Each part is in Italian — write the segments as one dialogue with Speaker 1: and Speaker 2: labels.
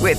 Speaker 1: With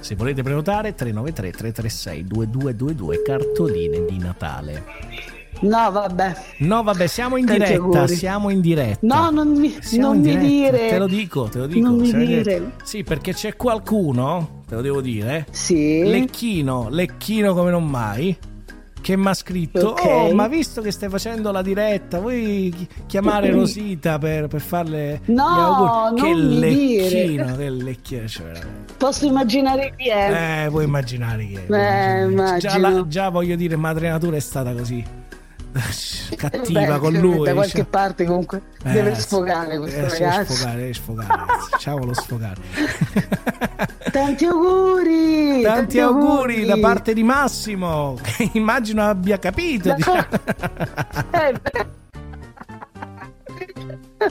Speaker 2: Se volete prenotare 393 336 2222 cartoline di Natale.
Speaker 3: No, vabbè.
Speaker 2: No, vabbè, siamo in
Speaker 3: Tanti
Speaker 2: diretta,
Speaker 3: auguri.
Speaker 2: siamo in diretta.
Speaker 3: No, non mi,
Speaker 2: Siamo
Speaker 3: non
Speaker 2: in
Speaker 3: mi
Speaker 2: diretta,
Speaker 3: dire.
Speaker 2: Te lo dico, te lo dico.
Speaker 3: Non mi
Speaker 2: siamo in diretta.
Speaker 3: dire.
Speaker 2: Sì, perché c'è qualcuno, te lo devo dire,
Speaker 3: Sì.
Speaker 2: Lecchino, Lecchino come non mai, che mi ha scritto,
Speaker 3: Ok.
Speaker 2: oh, ma visto che stai facendo la diretta, vuoi chi- chiamare Rosita per, per farle
Speaker 3: No,
Speaker 2: gli auguri? che
Speaker 3: non mi dire.
Speaker 2: Lecchino, che Lecchino, cioè, veramente.
Speaker 3: Posso immaginare chi è?
Speaker 2: eh, puoi immaginare che... puoi
Speaker 3: Eh,
Speaker 2: immaginare. Già,
Speaker 3: immagino.
Speaker 2: la- già voglio dire, madre natura è stata così cattiva
Speaker 3: Beh,
Speaker 2: con
Speaker 3: cioè,
Speaker 2: lui.
Speaker 3: Da qualche
Speaker 2: cioè.
Speaker 3: parte comunque
Speaker 2: Eh,
Speaker 3: deve
Speaker 2: sì.
Speaker 3: sfogare questo
Speaker 2: Eh, sì,
Speaker 3: ragazzo.
Speaker 2: sfogare, deve sfogare, ragazzi. Ciao lo sfogare.
Speaker 3: Tanti auguri!
Speaker 2: Tanti auguri da parte di Massimo, che immagino abbia capito.
Speaker 3: Da-
Speaker 2: diciamo.
Speaker 3: Eh, beh.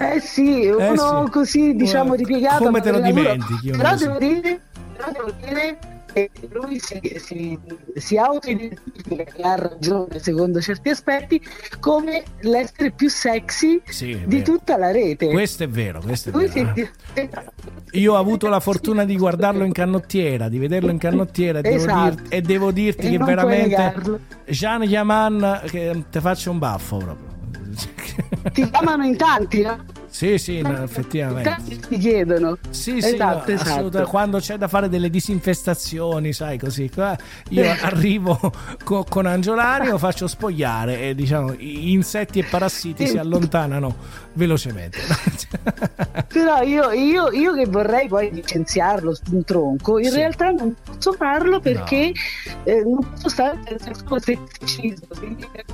Speaker 3: Eh sì, uno
Speaker 2: sì.
Speaker 3: così diciamo
Speaker 2: Come-
Speaker 3: ripiegato.
Speaker 2: come te lo
Speaker 3: al lavoro.
Speaker 2: dimentichi, uno
Speaker 3: Però
Speaker 2: così.
Speaker 3: devo dire, però devo dire che lui si, si, si autoidentifica e ha ragione secondo certi aspetti come l'essere più sexy
Speaker 2: Sì, è
Speaker 3: di
Speaker 2: vero.
Speaker 3: tutta la rete.
Speaker 2: Questo è vero, questo è
Speaker 3: Lui
Speaker 2: vero.
Speaker 3: si-
Speaker 2: eh. Io ho avuto la fortuna di guardarlo in canottiera, di vederlo in canottiera e, devo
Speaker 3: Esatto.
Speaker 2: dirti- e devo dirti
Speaker 3: E
Speaker 2: che
Speaker 3: non puoi
Speaker 2: veramente
Speaker 3: negarlo.
Speaker 2: Jean Yaman che ti faccio un baffo proprio.
Speaker 3: Ti chiamano in tanti, no?
Speaker 2: sì, sì, no,
Speaker 3: In
Speaker 2: effettivamente.
Speaker 3: tanti ti chiedono.
Speaker 2: Sì, sì,
Speaker 3: esatto,
Speaker 2: no,
Speaker 3: esatto.
Speaker 2: assolutamente. quando c'è da fare delle disinfestazioni, sai così, qua
Speaker 3: Eh.
Speaker 2: io arrivo co- con Angiolani,
Speaker 3: Ah.
Speaker 2: lo faccio spogliare e diciamo i- insetti e parassiti
Speaker 3: Eh.
Speaker 2: si allontanano velocemente.
Speaker 3: Però io, io- io che vorrei poi licenziarlo su un tronco, in
Speaker 2: Sì.
Speaker 3: realtà non posso farlo perché eh, non posso stare senza il suo sessicismo, quindi eh,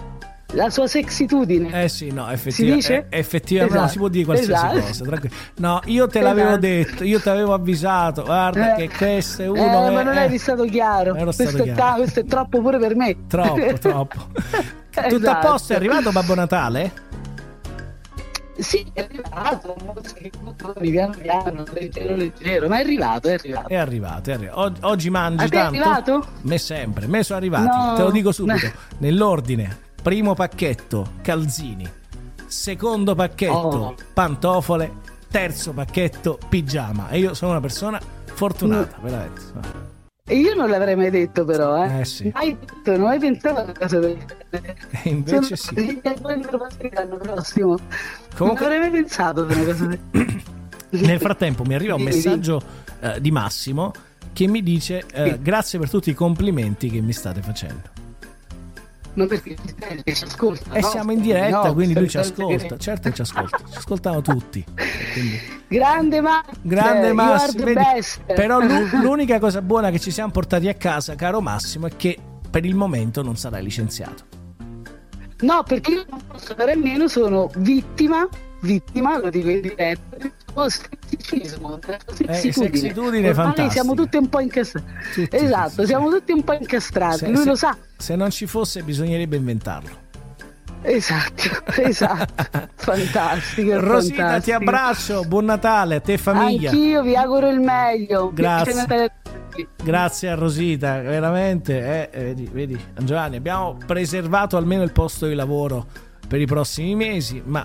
Speaker 3: la sua sexitudine.
Speaker 2: eh sì, no, effettiva-
Speaker 3: Si dice?
Speaker 2: eh, effettivamente no,
Speaker 3: Esatto,
Speaker 2: si può dire qualsiasi
Speaker 3: esatto.
Speaker 2: cosa, tranquillo. No, io te l'avevo
Speaker 3: Esatto.
Speaker 2: detto, io ti avevo avvisato, guarda
Speaker 3: Eh,
Speaker 2: che questo è
Speaker 3: eh,
Speaker 2: uno...
Speaker 3: ma non
Speaker 2: eh,
Speaker 3: eri stato chiaro.
Speaker 2: ero stato
Speaker 3: Questo, è
Speaker 2: chiaro.
Speaker 3: ta- questo è troppo pure per me.
Speaker 2: Troppo, troppo. Tutto a
Speaker 3: Esatto.
Speaker 2: posto, è arrivato Babbo Natale?
Speaker 3: Sì, è arrivato, mo si ricostruisce piano piano, leggero leggero, ma è arrivato, è arrivato.
Speaker 2: È arrivato, è arrivato. Og- oggi mangi
Speaker 3: A te è
Speaker 2: tanto?
Speaker 3: arrivato?
Speaker 2: Me sempre, me sono arrivati.
Speaker 3: No.
Speaker 2: Te lo dico subito. Nell'ordine, primo pacchetto, calzini. Secondo pacchetto,
Speaker 3: Oh.
Speaker 2: pantofole. Terzo pacchetto, pigiama. E io sono una persona fortunata, veramente.
Speaker 3: E io non l'avrei mai detto però, eh.
Speaker 2: Eh sì.
Speaker 3: Mai detto, non hai pensato a una cosa del genere.
Speaker 2: E invece
Speaker 3: Sono-
Speaker 2: sì.
Speaker 3: Mi proposti l'anno prossimo.
Speaker 2: Comunque-
Speaker 3: Non avrei mai pensato a una cosa del
Speaker 2: Nel frattempo mi arriva un
Speaker 3: Sì, sì.
Speaker 2: messaggio eh, di Massimo che mi dice eh,
Speaker 3: Sì.
Speaker 2: grazie per tutti i complimenti che mi state facendo.
Speaker 3: Ma perché ci stai, che ci ascolta?
Speaker 2: E
Speaker 3: no?
Speaker 2: Eh, siamo in diretta,
Speaker 3: No,
Speaker 2: quindi lui ci
Speaker 3: stai-
Speaker 2: ascolta. Certo che ci ascolta, ci ascoltano tutti. Quindi...
Speaker 3: Grande Max.
Speaker 2: Grande
Speaker 3: Cioè, you are
Speaker 2: Massimo.
Speaker 3: the
Speaker 2: vedi?
Speaker 3: best.
Speaker 2: Però l'u- l'unica cosa buona che ci siamo portati a casa, caro Massimo, è che per il momento non sarai licenziato.
Speaker 3: No, perché io non posso fare a meno, sono vittima, vittima, lo dico in diretta, del suo sexismo, della sua
Speaker 2: Eh,
Speaker 3: sexitudine.
Speaker 2: sexitudine
Speaker 3: Ormai
Speaker 2: fantastica.
Speaker 3: siamo tutti un po' incastrati.
Speaker 2: Tutti, sì, sì.
Speaker 3: Esatto, siamo tutti un po' incastrati,
Speaker 2: Se-
Speaker 3: Ah, lui
Speaker 2: se-
Speaker 3: lo sa.
Speaker 2: Se non ci fosse, bisognerebbe inventarlo.
Speaker 3: Esatto, esatto. fantastico.
Speaker 2: Rosita, ti
Speaker 3: fantastico.
Speaker 2: abbraccio, buon Natale a te e famiglia.
Speaker 3: Anch'io vi auguro il meglio.
Speaker 2: Grazie.
Speaker 3: Felice Natale a tutti.
Speaker 2: Grazie a Rosita, veramente. eh, eh, vedi, vedi, Giovanni, abbiamo preservato almeno il posto di lavoro per i prossimi mesi, ma